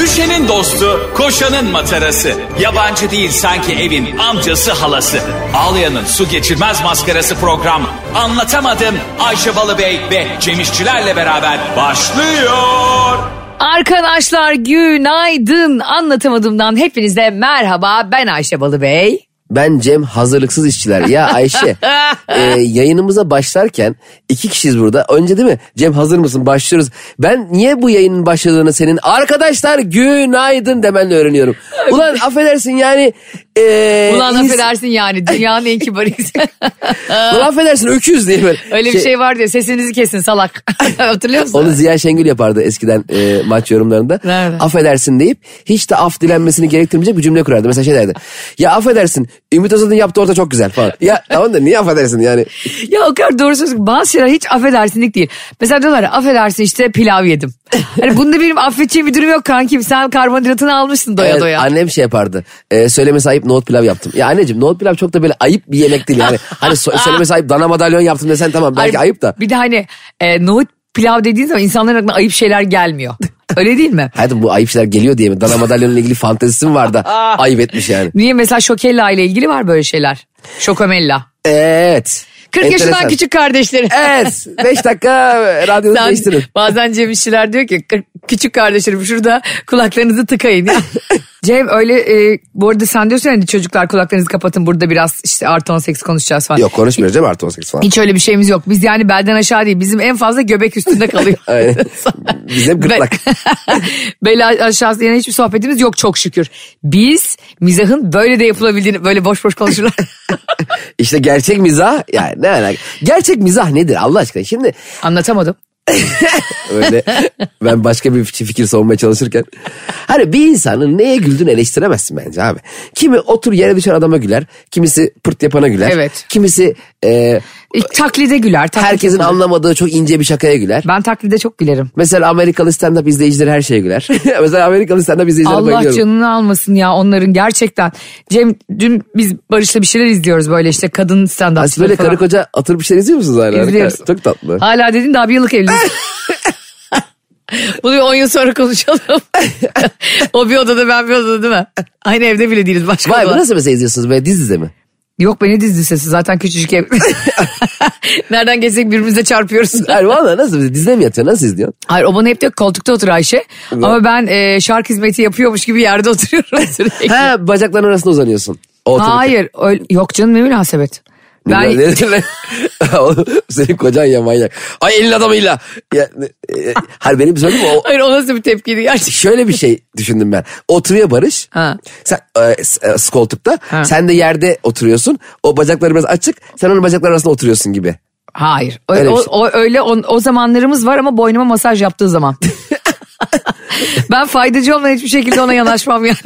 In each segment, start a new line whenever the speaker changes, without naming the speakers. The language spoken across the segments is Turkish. Ayşe'nin dostu, koşanın matarası. Yabancı değil sanki evin amcası halası. Ağlayan'ın su geçirmez maskarası program. Anlatamadım Ayşe Balıbey ve Cemişçilerle beraber başlıyor.
Arkadaşlar günaydın. Anlatamadığımdan hepinize merhaba. Ben Ayşe Balıbey.
Ben Cem hazırlıksız işçiler. Ya Ayşe e, yayınımıza başlarken iki kişiyiz burada. Önce değil mi Cem hazır mısın başlıyoruz. Ben niye bu yayının başladığını senin arkadaşlar günaydın demenle öğreniyorum. Ulan affedersin yani. E,
Ulan
ins-
affedersin yani dünyanın en kibarıyız.
Ulan affedersin öküz diye böyle.
Öyle bir şey vardı ya sesinizi kesin salak. Hatırlıyor musun?
Onu Ziya Şengül yapardı eskiden e, maç yorumlarında.
Nerede?
Affedersin deyip hiç de af dilenmesini gerektirmeyecek bir cümle kurardı. Mesela şey derdi. Ya affedersin Ümit Özat'ın yaptığı orta çok güzel falan. Ya tamam da niye affedersin yani.
Ya o kadar doğru söz bazı şeyler hiç affedersinlik değil. Mesela diyorlar ya, affedersin işte pilav yedim. Hani bunda benim affedeceğim bir durum yok kankim. Sen karbonhidratını almışsın doya
Evet,
doya. Hani
Annem şey yapardı. E, söylemesi ayıp nohut pilav yaptım. Ya anneciğim nohut pilav çok da böyle ayıp bir yemek değil. Yani hani so- söylemesi ayıp dana madalyon yaptım desen tamam belki
Ay,
ayıp da.
Bir de hani e, nohut pilav dediğin zaman insanların aklına ayıp şeyler gelmiyor. Öyle değil mi?
Hayatım bu ayıp şeyler geliyor diye mi? Dana madalyonla ilgili fantezisi mi var da
Ah.
ayıp etmiş yani.
Niye mesela Şokella ile ilgili var böyle şeyler? Şokomella.
Evet.
40 yaşından
Enteresan.
küçük kardeşleri.
Evet. 5 dakika radyonuzu
Sen-
değiştirin.
bazen Cem İşçiler diyor ki "Kırk- küçük kardeşlerim şurada kulaklarınızı tıkayın. ya." Cem öyle e, bu arada sen diyorsun hani çocuklar kulaklarınızı kapatın burada biraz işte artı 18 konuşacağız falan.
Yok konuşmuyoruz değil mi artı 18 falan?
Hiç öyle bir şeyimiz yok. Biz yani belden aşağı değil. Bizim en fazla göbek üstünde kalıyor.
Aynen. Biz hep gırtlak.
Be- Bel aşağısı yani hiçbir sohbetimiz yok çok şükür. Biz mizahın böyle de yapılabildiğini böyle boş boş konuşurlar.
İşte gerçek mizah yani ne alaka? Gerçek mizah nedir Allah aşkına? Şimdi
Anlatamadım.
öyle ben başka bir fikir savunmaya çalışırken. Hani bir insanın neye güldüğünü eleştiremezsin bence abi. Kimi otur yere düşen adama güler. Kimisi pırt yapana güler.
Evet.
Kimisi e,
E, taklide güler. taklit
herkesin
yapılır.
anlamadığı çok ince bir şakaya güler.
Ben taklide çok gülerim.
Mesela Amerikalı stand-up izleyicileri her şeye güler. Mesela Amerikalı stand-up izleyicilerine
Allah
bayılıyorum.
canını almasın ya onların gerçekten. Cem dün biz Barış'la bir şeyler izliyoruz böyle işte kadın stand
Siz böyle
upçıları
karı
falan.
koca atır bir şey izliyor musunuz hala?
İzliyoruz.
Çok tatlı.
Hala dedin daha bir yıllık evliyiz. Bunu 10 yıl sonra konuşalım. o bir odada ben bir odada değil mi? Aynı evde bile değiliz başka
Vay bu
odada.
nasıl mesela izliyorsunuz böyle diz dize mi?
Yok be ne diz lisesi zaten küçücük ev. Nereden geçsek birbirimize çarpıyoruz.
Hayır valla nasıl dizide mi yatıyor nasıl izliyorsun?
Hayır o bana hep diyor ki, koltukta otur Ayşe. Ama ben e, şark hizmeti yapıyormuş gibi yerde oturuyorum sürekli.
Ha bacakların arasında uzanıyorsun. O otururken.
Hayır öyle, yok canım ne münasebet. Ben
Ne- ne- ne- Oğlum, Senin kocan ya manyak. Ay elin adamıyla. Ya, e, e, hayır benim söyleyeyim mi? O,
Hayır o nasıl bir tepkiydi gerçekten?
şöyle bir şey düşündüm ben. Oturuyor Barış.
Ha.
Sen e, s- e, s- koltukta.
Ha.
Sen de yerde oturuyorsun. O bacakları biraz açık. Sen onun bacakları arasında oturuyorsun gibi.
Hayır. O,
Öyle bir
o,
şey.
o- öyle on- o zamanlarımız var ama boynuma masaj yaptığı zaman. ben faydacı olmayan hiçbir şekilde ona yanaşmam yani.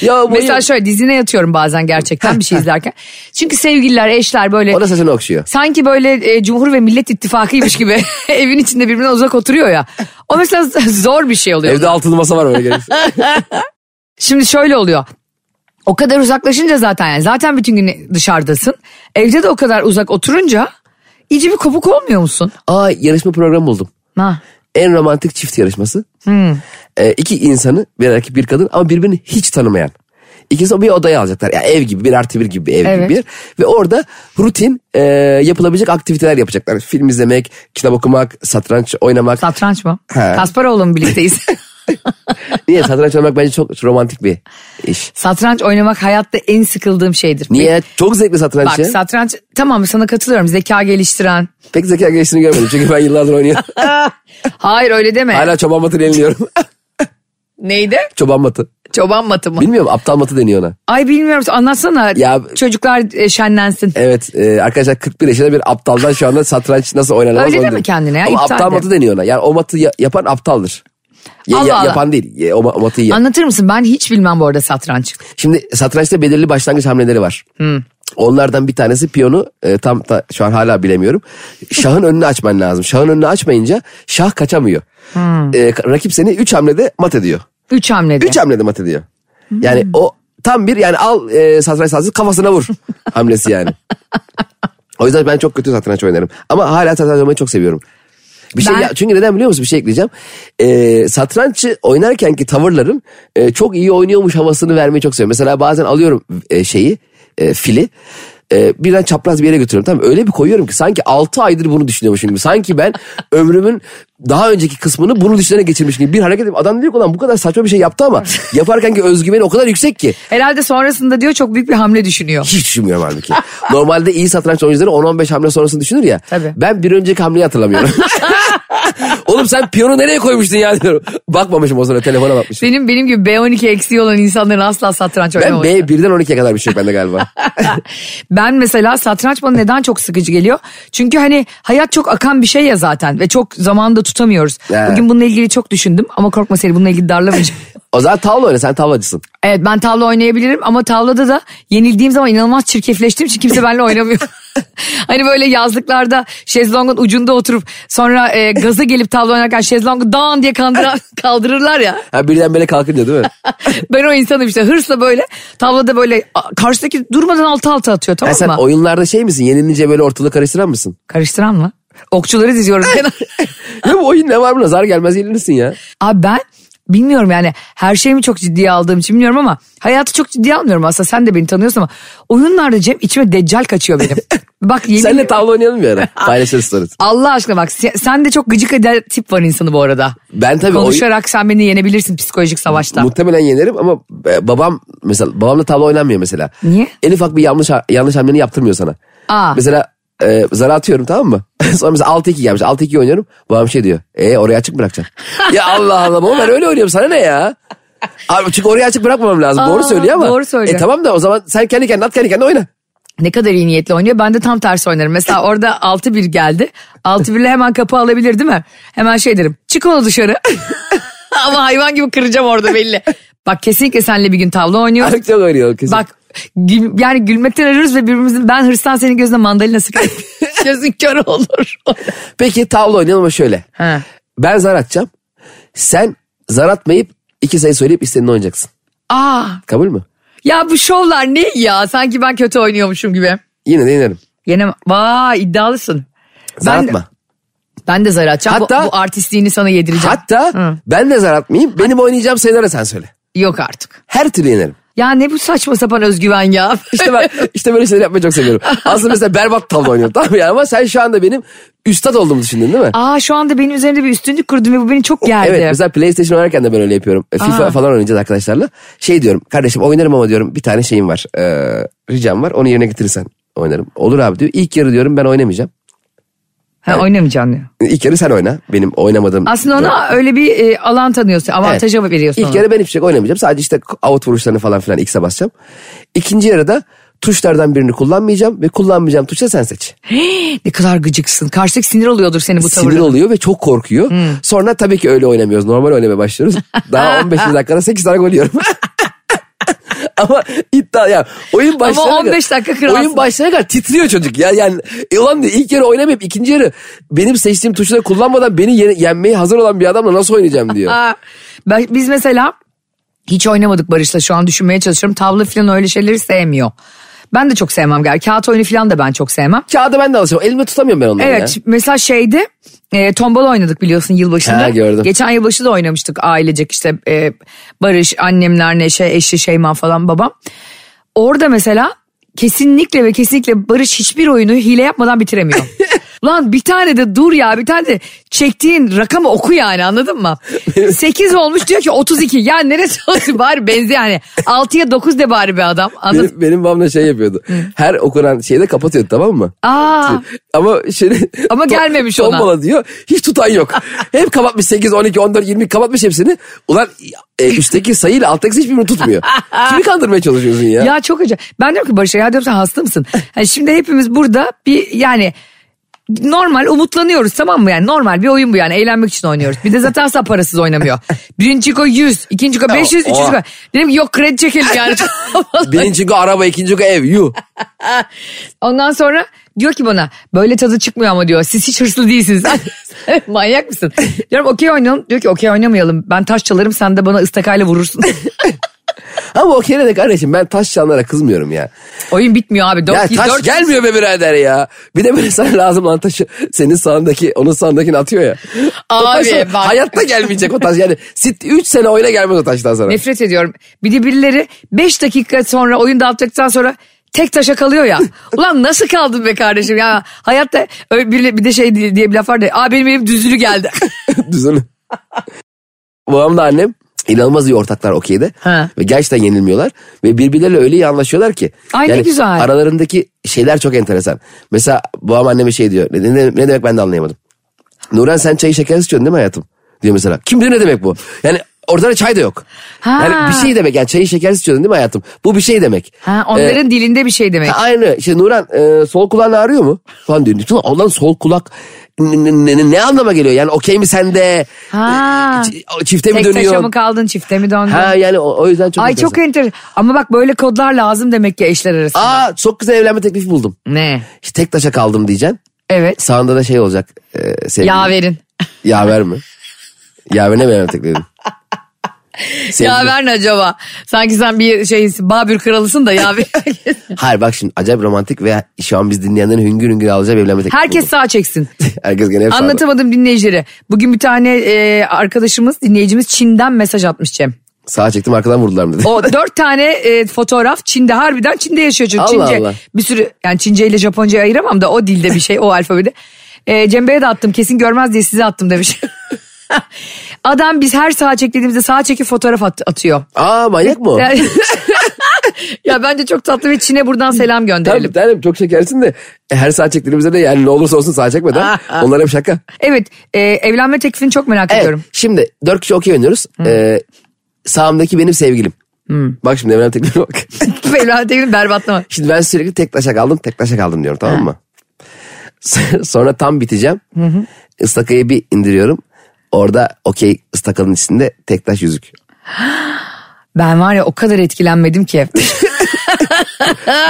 Ya bu-
Mesela şöyle dizine yatıyorum bazen gerçekten bir şey izlerken. Çünkü sevgililer, eşler böyle
O da saçını okşuyor.
sanki böyle e, Cumhur ve Millet İttifakı'ymış gibi evin içinde birbirine uzak oturuyor ya. O mesela zor bir şey oluyor.
Evde altılı masa var böyle gelirse.
Şimdi şöyle oluyor. O kadar uzaklaşınca zaten yani zaten bütün gün dışarıdasın. Evde de o kadar uzak oturunca iyice bir kopuk olmuyor musun?
Aa yarışma programı buldum.
Ha.
En romantik çift yarışması.
Hmm.
Ee, iki insanı bir erkek bir kadın ama birbirini hiç tanımayan. İkisi bir odaya alacaklar. Yani ev gibi bir artı bir gibi bir ev
Evet.
gibi bir. yer. Ve orada rutin e, yapılabilecek aktiviteler yapacaklar. Film izlemek, kitap okumak, satranç oynamak.
Satranç mı?
He.
Kasparoğlu mu birlikteyiz?
Niye satranç oynamak bence çok romantik bir iş.
satranç oynamak hayatta en sıkıldığım şeydir.
Niye? şey? Çok zevkli satranç
Bak
ya.
satranç tamam sana katılıyorum zeka geliştiren.
Pek zeka geliştiğini görmedim çünkü ben yıllardır oynuyorum.
Hayır öyle deme.
Hala çoban matını yeniliyorum.
Neydi?
çoban matı.
Çoban matı mı?
Bilmiyorum aptal matı deniyor ona.
Ay bilmiyorum anlatsana
Ya-
çocuklar e, şenlensin.
Evet e, arkadaşlar 41 yaşında bir aptaldan şu anda satranç nasıl oynanamaz
Öyle
onu
deme
diyorum.
kendine ya,
Ama
iptal
aptal
de.
matı deniyor ona. Yani o matı ya- yapan aptaldır. Ya-
Allah
ya-
Allah.
Yapan değil ye- o, ma- o matı yiyen.
Anlatır mısın? Ben hiç bilmem bu arada satranç.
Şimdi satrançta belirli başlangıç hamleleri var.
Hmm.
Onlardan bir tanesi piyonu e, tam ta- şu an hala bilemiyorum. Şahın önünü açman lazım. Şahın önünü açmayınca şah kaçamıyor.
Hmm.
E, ka- rakip seni 3 hamlede mat ediyor.
Üç hamlede.
3 hamlede mat ediyor. Yani o tam bir yani al e, satranç sahası kafasına vur hamlesi yani. o yüzden ben çok kötü satranç oynarım. Ama hala satranç oynamayı çok seviyorum. Bir şey
Ben-
ya, çünkü neden biliyor musun bir şey ekleyeceğim. Ee, satrançı oynarken ki tavırların e, çok iyi oynuyormuş havasını vermeyi çok seviyorum. Mesela bazen alıyorum e, şeyi e, fili. E, birden çapraz bir yere götürüyorum. Tamam mı? öyle bir koyuyorum ki sanki 6 aydır bunu düşünüyormuşum gibi. Sanki ben ömrümün daha önceki kısmını bunu düşünerek geçirmiş gibi. Bir hareket edip adam diyor ki ulan bu kadar saçma bir şey yaptı ama yaparken ki özgüveni o kadar yüksek ki.
Herhalde sonrasında diyor çok büyük bir hamle düşünüyor.
Hiç düşünmüyorum halbuki. Normalde iyi satranç oyuncuları 10-15 hamle sonrasını düşünür ya.
Tabii.
Ben bir önceki hamleyi hatırlamıyorum. Oğlum sen piyonu nereye koymuştun ya diyorum. Bakmamışım o zaman telefona bakmışım.
Benim benim gibi B12 eksiği olan insanların asla satranç
Ben
oynamaması.
B1'den 12'ye kadar bir şey yok bende galiba.
Ben mesela satranç bana neden çok sıkıcı geliyor? Çünkü hani hayat çok akan bir şey ya zaten ve çok zamanda tutamıyoruz.
Evet.
Bugün bununla ilgili çok düşündüm ama korkma seni bununla ilgili darlamayacağım.
o zaman tavla oyna sen tavlacısın.
evet ben tavla oynayabilirim ama tavlada da yenildiğim zaman inanılmaz çirkefleştiğim için kimse benimle oynamıyor. hani böyle yazlıklarda şezlongun ucunda oturup sonra e, gaza gelip tavla oynarken şezlongu dağın diye kandıran, kaldırırlar ya.
Ha, birden böyle kalkınca değil mi?
Ben o insanım işte hırsla böyle tavlada böyle a, karşıdaki durmadan altı altı atıyor
Ha,
tamam
sen
mı?
oyunlarda şey misin yenilince böyle ortalığı karıştıran mısın?
Karıştıran mı? Okçuları diziyoruz kenara.
Ya bu oyun ne var buna zar gelmez yenilirsin ya.
Abi ben bilmiyorum yani her şeyimi çok ciddiye aldığım için bilmiyorum ama hayatı çok ciddiye almıyorum aslında. Sen de beni tanıyorsun ama oyunlarda Cem içime deccal kaçıyor benim. Bak yemin
Senle tavla oynayalım bir ara. Paylaşırız stories.
Allah aşkına bak sen, sen de çok gıcık eder tip var insanı bu arada.
Ben tabii oyun-
Konuşarak sen beni yenebilirsin psikolojik savaşta.
Muhtemelen yenerim ama e, babam mesela babamla tavla oynanmıyor mesela.
Niye?
En ufak bir yanlış yanlış hamleni yaptırmıyor sana.
Aa.
Mesela e, zara atıyorum tamam mı? Sonra mesela 6-2 gelmiş. 6-2 oynuyorum. Babam şey diyor. E oraya açık bırakacaksın. ya Allah Allah baba ben öyle oynuyorum sana ne ya? Abi çünkü oraya açık bırakmamam lazım.
Aa,
doğru söylüyor ama.
doğru söylüyor.
E tamam da o zaman sen kendi kendine at kendi kendine oyna.
Ne kadar iyi niyetle oynuyor ben de tam tersi oynarım. Mesela orada 6-1 geldi. 6-1'le hemen kapı alabilir değil mi? Hemen şey derim çık onu dışarı. ama hayvan gibi kıracağım orada belli. Bak kesinlikle seninle bir gün tavla oynuyoruz.
Artık çok oynuyor kesin.
Bak gül- yani gülmekten ölürüz ve birbirimizin ben hırstan senin gözüne mandalina sıkarım. Gözün kör olur.
Peki tavla oynayalım ama şöyle.
He.
Ben zar atacağım. Sen zar atmayıp iki sayı söyleyip istediğini oynayacaksın.
Aa
Kabul mü?
ya bu şovlar ne ya sanki ben kötü oynuyormuşum gibi.
Yine de yenerim.
Yine vay iddialısın.
Zar
Ben-
atma.
Ben de zar atacağım. Bu-
Hatta-
bu, artistliğini sana yedireceğim.
Hatta
Hı.
ben de zar atmayayım. Benim oynayacağım sayılara sen söyle.
Yok artık.
Her türlü yenerim.
Ya ne bu saçma sapan özgüven ya.
İşte ben işte böyle şeyler yapmayı çok seviyorum. Aslında mesela berbat tavla oynuyorum tamam mı ya ama sen şu anda benim üstad olduğumu düşündün değil mi?
Aa şu anda benim üzerimde bir üstünlük kurdum ve bu beni çok geldi.
Evet mesela PlayStation oynarken de ben öyle yapıyorum. E, FIFA
Aa.
falan oynayacağız arkadaşlarla. Şey diyorum kardeşim oynarım ama diyorum bir tane şeyim var. e, ricam var onu yerine getirirsen oynarım. Olur abi diyor. İlk yarı diyorum ben oynamayacağım.
Ha, oynamayacağım diyor.
İlk yarı sen oyna benim oynamadığım.
Aslında ona öyle bir e, alan tanıyorsun. Avantaja veriyorsun
İlk
ona.
yarı ben hiçbir şey oynamayacağım. Sadece işte out vuruşlarını falan filan X'e basacağım. İkinci yarıda tuşlardan birini kullanmayacağım ve kullanmayacağım tuşu da sen seç.
Ne kadar gıcıksın. Karşıdaki sinir oluyordur senin bu Hmm.
Sinir
tavırın.
oluyor ve çok korkuyor. Sonra tabii ki öyle oynamıyoruz. Normal oynamaya başlıyoruz. Daha 15. dakikada 8 tane gol yiyorum. Ama iddia ya oyun başlarına
15 dakika kralsın.
Oyun başlarına kadar titriyor çocuk ya yani e ulan diyor, ilk yarı oynamayıp ikinci yarı benim seçtiğim tuşları kullanmadan beni ye- yenmeye hazır olan bir adamla nasıl oynayacağım diyor.
Aa, ben- biz mesela hiç oynamadık Barış'la şu an düşünmeye çalışıyorum. Tavla falan öyle şeyleri sevmiyor. Ben de çok sevmem gel. Kağıt oyunu falan da ben çok sevmem.
Kağıda ben de alışamam. Elimde tutamıyorum ben onları
Evet
ya.
mesela şeyde e, tombala oynadık biliyorsun yılbaşında.
Ha, gördüm.
Geçen yılbaşı da oynamıştık ailecek işte e, Barış, annemler, Neşe, eşi, Şeyma falan babam. Orada mesela kesinlikle ve kesinlikle Barış hiçbir oyunu hile yapmadan bitiremiyor. Lan bir tane de dur ya bir tane de çektiğin rakamı oku yani anladın mı? 8 olmuş diyor ki 32 ya neresi olsun bari benziyor yani 6'ya 9 de bari bir adam anladın mı?
Benim, benim babam da şey yapıyordu. Her okunan şeyi de kapatıyordu tamam mı?
Aa,
Ama şimdi
Ama
to-
gelmemiş ona.
Tombala diyor. Hiç tutan yok. Hep kapatmış 8, 12, 14, 20 kapatmış hepsini. Ulan e, üstteki sayıyla alttaki hiçbirini tutmuyor. Kimi kandırmaya çalışıyorsun ya?
Ya çok acayip. Ben diyorum ki Barış'a ya diyorum sen hasta mısın? Yani şimdi hepimiz burada bir yani normal umutlanıyoruz tamam mı yani normal bir oyun bu yani eğlenmek için oynuyoruz. Bir de zaten asla parasız oynamıyor. Birinci ko 100, ikinci ko 500,
o-
üçüncü ko. Dedim ki yok kredi çekelim yani.
Birinci go araba, ikinci go ev, yuh.
Ondan sonra diyor ki bana böyle tadı çıkmıyor ama diyor siz hiç hırslı değilsiniz. Manyak mısın? Diyorum okey oynayalım. Diyor ki okey oynamayalım ben taş çalarım sen de bana ıstakayla vurursun.
Ama o kere de kardeşim ben taş çalanlara kızmıyorum ya.
Oyun bitmiyor abi. Dört,
Ya taş
dört-
gelmiyor be birader ya. Bir de böyle sana lazım olan taşı senin sağındaki onun sağındakini atıyor ya. O
Abi
taş
bak.
Hayatta gelmeyecek o taş yani. 3 sene oyuna gelmez o taştan sonra.
Nefret ediyorum. Bir de birileri 5 dakika sonra oyun dağıttıktan sonra tek taşa kalıyor ya. Ulan nasıl kaldın be kardeşim ya? Hayatta öyle bir, bir de şey diye diye bir laf var da. Aa benim elim düzülü geldi.
Düzünü. Babam da annem inanılmaz iyi ortaklar okeyde.
Ha.
Ve gerçekten yenilmiyorlar. Ve birbirleriyle öyle iyi anlaşıyorlar ki.
Ay ne güzel.
Aralarındaki şeyler çok enteresan. Mesela babam anneme şey diyor. Ne, ne- ne demek ben de anlayamadım. Nuran sen çayı şekersiz içiyorsun değil mi hayatım? Diyor mesela. Kim bilir ne demek bu? Yani ortada çay da yok.
Ha.
Yani bir şey demek. Yani çayı şekersiz içiyordun değil mi hayatım? Bu bir şey demek.
Ha,
Ee,
onların dilinde bir şey demek.
Ha, Aynı. İşte Nuran e, sol kulağın ağrıyor mu? Falan diyor. Ulan Allah'ın sol kulak ne, ne, ne anlama geliyor? Yani okey mi sende?
Ha.
Ç- o Çifte mi
Tek taşa
dönüyor?
mı kaldın çifte mi döndün?
Ha yani o, o yüzden çok
Ay
enteresan.
çok enter. Ama bak böyle kodlar lazım demek ki eşler arasında.
Aa çok güzel evlenme teklifi buldum.
Ne?
İşte tek taşa kaldım diyeceksin.
Evet.
Sağında da şey olacak. E, sevgili.
Yaverin.
Yaver mi? Yaverine mi evlenme teklifi? Sevgili-
Yaver ne acaba? Sanki sen bir şeysin. Babür kralısın da yaver.
Hayır bak şimdi acayip romantik ve şu an biz dinleyenlerin hüngür hüngür alacağı bir evlenme teklifi
Herkes
buldum.
sağ çeksin.
Herkes gene hep sağda.
Anlatamadım dinleyicilere. Bugün bir tane e, arkadaşımız, dinleyicimiz Çin'den mesaj atmış Cem.
Sağa çektim arkadan vurdular mı dedi.
O dört tane e, fotoğraf Çin'de harbiden Çin'de yaşıyor çocuk.
Allah
Çince
Allah.
bir sürü yani Çince ile Japonca ayıramam da o dilde bir şey o alfabede. E, Cem Bey'e de attım kesin görmez diye size attım demiş. Adam biz her sağa çektiğimizde sağa çekip fotoğraf at- atıyor.
Aa manyak mı? o?
Yani- ya bence çok tatlı ve Çin'e buradan selam
Tabii
gönderelim.
tanem çok şekersin de e, her saat çektiğimizde de yani ne olursa olsun saat çekmeden onlar hep şaka.
Evet e, evlenme teklifini çok merak
Evet
ediyorum.
şimdi dört kişi okey oynuyoruz. Ee, sağımdaki benim sevgilim. Bak şimdi evlenme teklifi bak.
evlenme teklifini berbatlama.
şimdi ben sürekli tek taşa kaldım tek taşa kaldım diyorum tamam mı? Sonra tam biteceğim. Istakayı bir indiriyorum. Orada okey ıstakanın içinde tek taş yüzük.
Ben var ya o kadar etkilenmedim ki.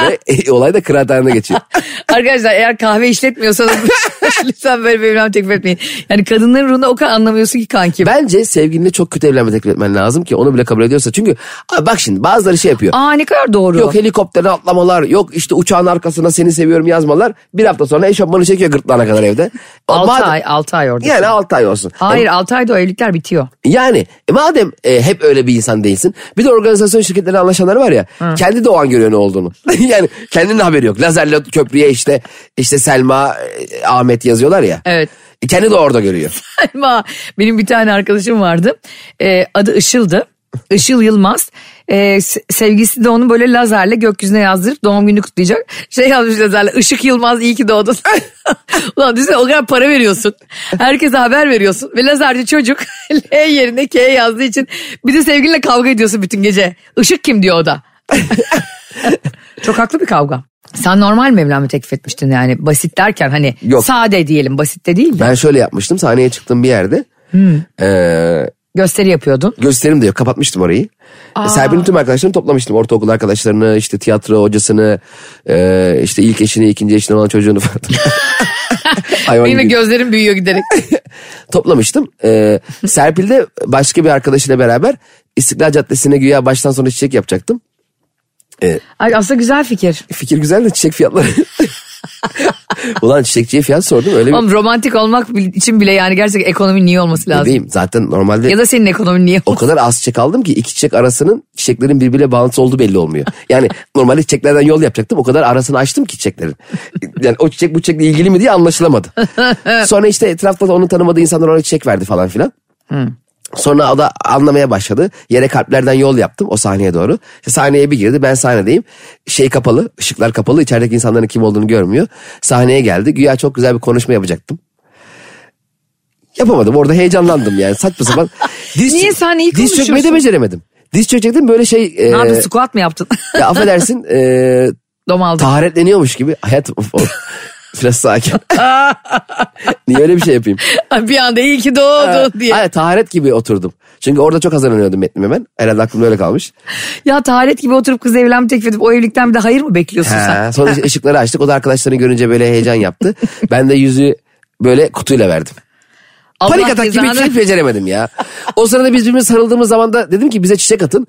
Ve e, olay da kıraathanede geçiyor.
Arkadaşlar eğer kahve işletmiyorsanız lütfen böyle bir evlenme teklif etmeyin. Yani kadınların ruhunu o kadar anlamıyorsun ki kanki.
Bence sevgilinle çok kötü evlenme teklif etmen lazım ki onu bile kabul ediyorsa. Çünkü abi bak şimdi bazıları şey yapıyor.
Aa ne kadar doğru.
Yok helikoptere atlamalar, yok işte uçağın arkasına seni seviyorum yazmalar. Bir hafta sonra eşofmanı çekiyor gırtlağına kadar evde.
6
Madem-
ay, 6 ay orada.
Yani 6 ay olsun.
Hayır 6 ayda o evlilikler bitiyor.
Yani e, madem e, hep öyle bir insan değilsin. Bir de organizasyon şirketleri anlaşanlar var ya. Kendi de o an görüyor ne olduğunu. yani kendinin haberi yok. Lazerle köprüye işte işte Selma, e, Ahmet yazıyorlar ya.
Evet.
E, kendi de orada görüyor.
Ama benim bir tane arkadaşım vardı. Ee, adı Işıl'dı. Işıl Yılmaz. Ee, se- sevgisi de onu böyle lazerle gökyüzüne yazdırıp doğum günü kutlayacak. Şey yazmış lazerle Işık Yılmaz iyi ki doğdun. Ulan düşünsene o kadar para veriyorsun. Herkese haber veriyorsun. Ve lazerci çocuk L yerine K yazdığı için bir de sevgilinle kavga ediyorsun bütün gece. Işık kim diyor o da. Çok haklı bir kavga. Sen normal mi evlenme teklif etmiştin yani basit derken hani
Yok.
sade diyelim basit de değil de
Ben şöyle yapmıştım. Sahneye çıktığım bir yerde. e,
gösteri yapıyordun.
gösterim de yok. Kapatmıştım orayı. E, Serpil'in tüm arkadaşlarını toplamıştım. Ortaokul arkadaşlarını, işte tiyatro hocasını, e, işte ilk eşini, ikinci eşini olan çocuğunu falan. Hayvan
Benim de
gibi.
gözlerim büyüyor giderek.
toplamıştım. E, Serpil de başka bir arkadaşıyla beraber İstiklal Caddesi'ne güya baştan sona çiçek yapacaktım.
Ay aslında güzel fikir.
Fikir güzel de çiçek fiyatları. Ulan çiçekçiye fiyat sordum öyle bir
Oğlum romantik olmak bil- için bile yani gerçek ekonomi niye olması lazım?
bebeğim. şey Zaten normalde
Ya da senin ekonomin niye
o kadar az çiçek aldım ki iki çiçek arasının çiçeklerin birbiriyle bağlantısı olduğu belli olmuyor. Yani normalde çiçeklerden yol yapacaktım o kadar arasını açtım ki çiçeklerin. Yani o çiçek bu çiçekle ilgili mi diye anlaşılamadı. Sonra işte etrafta da onu tanımadığı insanlar ona çiçek verdi falan filan. Sonra o da anlamaya başladı. Yere kalplerden yol yaptım o sahneye doğru. İşte sahneye bir girdi ben sahnedeyim. Şey kapalı, ışıklar kapalı. içerideki insanların kim olduğunu görmüyor. Sahneye geldi. Güya çok güzel bir konuşma yapacaktım. Yapamadım orada heyecanlandım yani saçma sapan. Diz,
Niye sahneyi
Diz çökmeyi de
konuşuyorsun?
beceremedim. Diz çökecektim böyle şey... e,
Ne yaptın squat mı yaptın?
ya affedersin e,
Domaldı.
taharetleniyormuş gibi. Hayatım of, of. biraz sakin. Niye öyle bir şey yapayım?
bir anda iyi ki doğdun diye.
Ee, Hayır taharet gibi oturdum. Çünkü orada çok hazırlanıyordum metnime ben. Herhalde aklımda öyle kalmış.
Ya taharet gibi oturup kız evlenme teklif edip o evlilikten bir de hayır mı bekliyorsun sen?
Ha, sonra ışıkları açtık. O da arkadaşlarını görünce böyle heyecan yaptı. Ben de yüzü böyle kutuyla verdim.
Allah
Panik atak gibi
cezanı-
hiç beceremedim ya. O sırada biz birbirimize sarıldığımız zaman da dedim ki bize çiçek atın.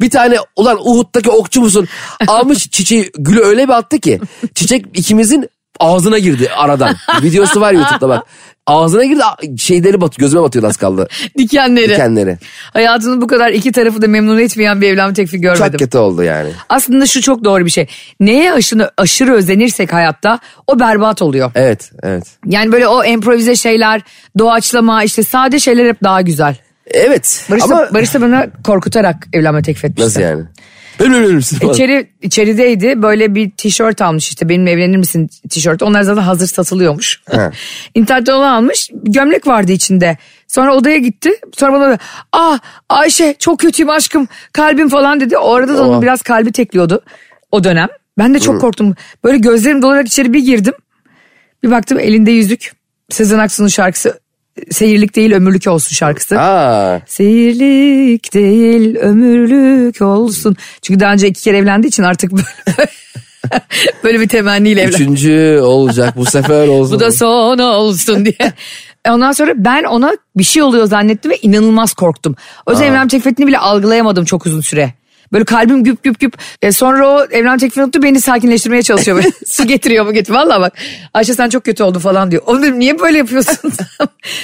Bir tane ulan Uhud'daki okçu musun? Almış çiçeği gülü öyle bir attı ki. Çiçek ikimizin ağzına girdi aradan. Videosu var YouTube'da bak. Ağzına girdi a- şeyleri bat, gözüme batıyordu az kaldı.
Dikenleri.
Dikenleri.
Hayatının bu kadar iki tarafı da memnun etmeyen bir evlenme teklifi görmedim.
Çok kötü oldu yani.
Aslında şu çok doğru bir şey. Neye aşını, aşırı özlenirsek hayatta o berbat oluyor.
Evet evet.
Yani böyle o improvize şeyler, doğaçlama işte sade şeyler hep daha güzel.
Evet
Barış,
ama
da, Barış da bana korkutarak evlenme teklif etmişti.
nasıl yani? Benim evlenirsin falan.
İçeri, E, içerideydi böyle bir tişört almış işte benim evlenir misin tişört. Onlar zaten hazır satılıyormuş.
He.
İnternetten onu almış gömlek vardı içinde. Sonra odaya gitti. Sonra bana dedi, ah Ayşe çok kötüyüm aşkım kalbim falan dedi. O arada da onun
Oha.
biraz kalbi tekliyordu o dönem. Ben de çok korktum. Böyle gözlerim dolarak içeri bir girdim. Bir baktım elinde yüzük. Sezen Aksu'nun şarkısı Seyirlik değil ömürlük olsun şarkısı.
Aa,
Seyirlik değil ömürlük olsun. Çünkü daha önce iki kere evlendiği için artık böyle, böyle bir temenniyle evlen.
üçüncü olacak bu sefer olsun.
Bu da son olsun diye. E, Ondan sonra ben ona bir şey oluyor zannettim ve inanılmaz korktum. O yüzden evlenme teklifini bile algılayamadım çok uzun süre. Böyle kalbim güp güp güp. E sonra o evlenme teklifini tuttu beni sakinleştirmeye çalışıyor. Böyle su getiriyor mu getiriyor. Valla bak Ayşe sen çok kötü oldun falan diyor. Oğlum dedim, niye böyle yapıyorsun?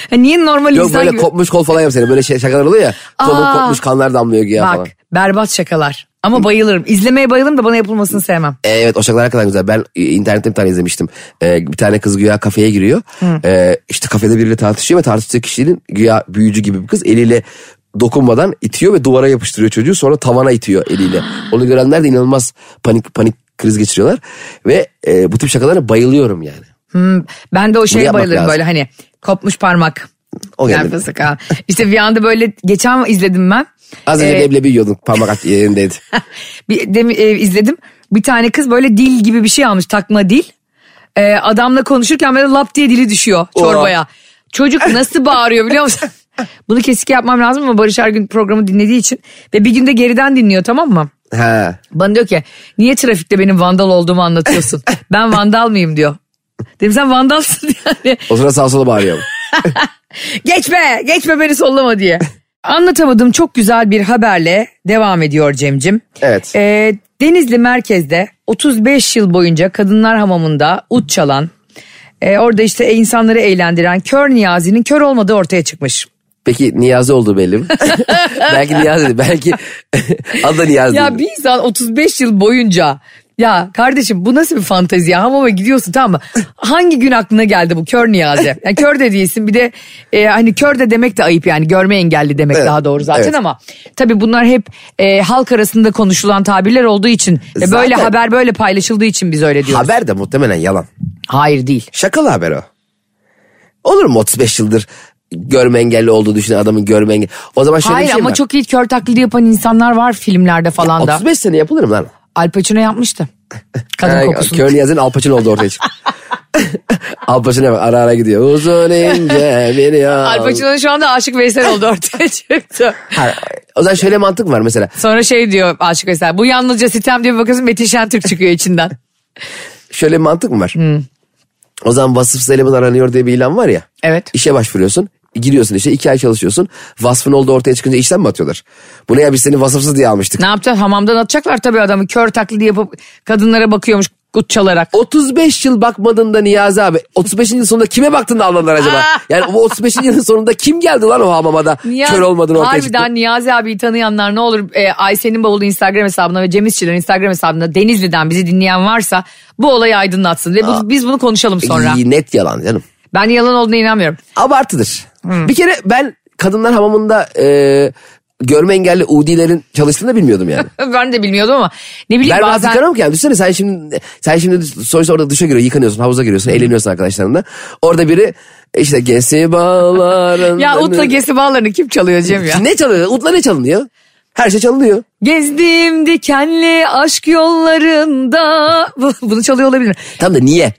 Ha, niye normal
Yok
insan
böyle
gibi?
kopmuş kol falan yap seni. Böyle şey, şakalar oluyor ya. Kolun
Aa.
kopmuş kanlar damlıyor güya
Bak
falan.
berbat şakalar. Ama bayılırım. İzlemeye bayılırım da bana yapılmasını sevmem.
E, Evet o şakalar hakikaten güzel. Ben e, internette bir tane izlemiştim. E, bir tane kız güya kafeye giriyor. E, işte kafede biriyle tartışıyor ve tartıştığı kişinin güya büyücü gibi bir kız eliyle dokunmadan itiyor ve duvara yapıştırıyor çocuğu. Sonra tavana itiyor eliyle. Onu görenler de inanılmaz panik panik kriz geçiriyorlar. Ve e, bu tip şakalara bayılıyorum yani.
Ben de o şeye
yapmak
bayılırım
lazım.
böyle hani kopmuş parmak.
O
yer
geldi.
fıstık ha. İşte bir anda böyle geçen izledim ben.
Az önce
Ee,
leblebi yiyordun parmak at yerindeydi.
bir demi- e, izledim. Bir tane kız böyle dil gibi bir şey almış takma dil. Ee, adamla konuşurken böyle lap diye dili düşüyor çorbaya. Çocuk nasıl bağırıyor biliyor musun? Bunu kesik yapmam lazım ama Barış her gün programı dinlediği için. Ve bir günde geriden dinliyor tamam mı?
ha.
Bana diyor ki niye trafikte benim vandal olduğumu anlatıyorsun? ben vandal mıyım diyor. Dedim sen vandalsın yani.
O sırada sağa sola bağırıyorum.
Geçme geçme beni sollama diye. Anlatamadım çok güzel bir haberle devam ediyor Cemcim.
Evet.
Ee, Denizli merkezde 35 yıl boyunca kadınlar hamamında ut çalan, e, orada işte insanları eğlendiren kör Niyazi'nin kör olmadığı ortaya çıkmış.
Peki Niyazi olduğu belli mi? belki Niyazi belki adı da Niyazi.
Ya
Ya
bir insan 35 yıl boyunca ya kardeşim bu nasıl bir fantezi ya hamama gidiyorsun tamam mı? Hangi gün aklına geldi bu kör niyazi? Yani kör de değilsin bir de e, hani kör de demek de ayıp yani görme engelli demek
Evet,
daha doğru zaten
evet.
ama tabii bunlar hep e, halk arasında konuşulan tabirler olduğu için ve böyle
Zaten-
haber böyle paylaşıldığı için biz öyle diyoruz.
Haber de muhtemelen yalan.
Hayır değil.
Şakalı haber o. Olur mu 35 yıldır görme engelli olduğu düşünen adamın görme engelli. O zaman şöyle
Hayır
bir şey
ama
var.
çok iyi kör taklidi yapan insanlar var filmlerde falan da.
35 sene yapılır mı lan?
Al Pacino yapmıştı. Kadın kokusunu.
Kör Niyazi'nin Alpaçın olduğu ortaya çıktı. Alpaçın'a bak ara ara gidiyor. Uzun ince bir yol.
Al Pacino şu anda Aşık Veysel oldu ortaya çıktı.
Ha, O zaman şöyle mantık var mesela.
Sonra şey diyor Aşık Veysel. Bu yalnızca sitem diye bir bakıyorsun Metin Şentürk çıkıyor içinden.
Şöyle bir mantık mı var?
Hmm.
O zaman vasıfsız eleman aranıyor diye bir ilan var ya.
Evet.
İşe başvuruyorsun. Giriyorsun işe iki ay çalışıyorsun. Vasfın olduğu ortaya çıkınca işten mi atıyorlar? Buna ya biz seni vasıfsız diye almıştık.
Ne yapacağız? Hamamdan atacaklar tabii adamı. Kör taklidi yapıp kadınlara bakıyormuş kut çalarak.
35 yıl bakmadın da Niyazi abi. 35. yıl sonunda kime baktın da anladılar acaba? yani bu 35. yılın sonunda kim geldi lan o hamama da
Niyazi-
kör olmadın ortaya çıktı.
Harbiden Niyazi abiyi tanıyanlar ne olur e, Ayşe'nin bavulu Instagram hesabına ve Cem İşçilerin Instagram hesabına Denizli'den bizi dinleyen varsa bu olayı aydınlatsın. Ve bu- biz bunu konuşalım sonra.
İyi, Net yalan canım.
Ben yalan olduğuna inanmıyorum.
Abartıdır.
Hmm.
Bir kere ben kadınlar hamamında e, görme engelli udilerin çalıştığını da bilmiyordum yani.
Ben de bilmiyordum ama ne bileyim
Berbat
bazen...
yıkanamam ki yani. Düşünsene sen şimdi, sen şimdi sonuçta orada duşa giriyor, yıkanıyorsun, havuza giriyorsun, eğleniyorsun arkadaşlarınla. Orada biri e, işte gesi bağların.
Ya Utla Gesi bağlarını kim çalıyor Cem ya?
Ne çalıyor? Utla ne çalınıyor? Her şey çalınıyor.
Gezdim dikenli aşk yollarında. Bu- Bunu çalıyor olabilir.
Tam da niye?